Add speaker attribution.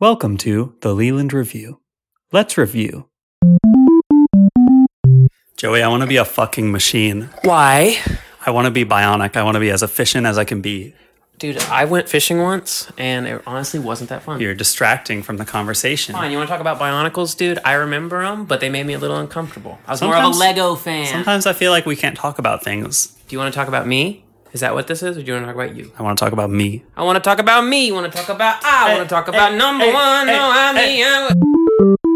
Speaker 1: Welcome to the Leland Review. Let's review. Joey, I want to be a fucking machine.
Speaker 2: Why?
Speaker 1: I want to be bionic. I want to be as efficient as I can be.
Speaker 2: Dude, I went fishing once and it honestly wasn't that fun.
Speaker 1: You're distracting from the conversation.
Speaker 2: Fine, you want to talk about Bionicles, dude? I remember them, but they made me a little uncomfortable. I was more of
Speaker 1: Sometimes-
Speaker 2: a Lego fan.
Speaker 1: Sometimes I feel like we can't talk about things.
Speaker 2: Do you want to talk about me? Is that what this is, or do you want to talk about you?
Speaker 1: I want to talk about me.
Speaker 2: I want to talk about me. You want to talk about I? I want to talk about number
Speaker 1: hey,
Speaker 2: one.
Speaker 1: hey,
Speaker 2: no, I mean, I-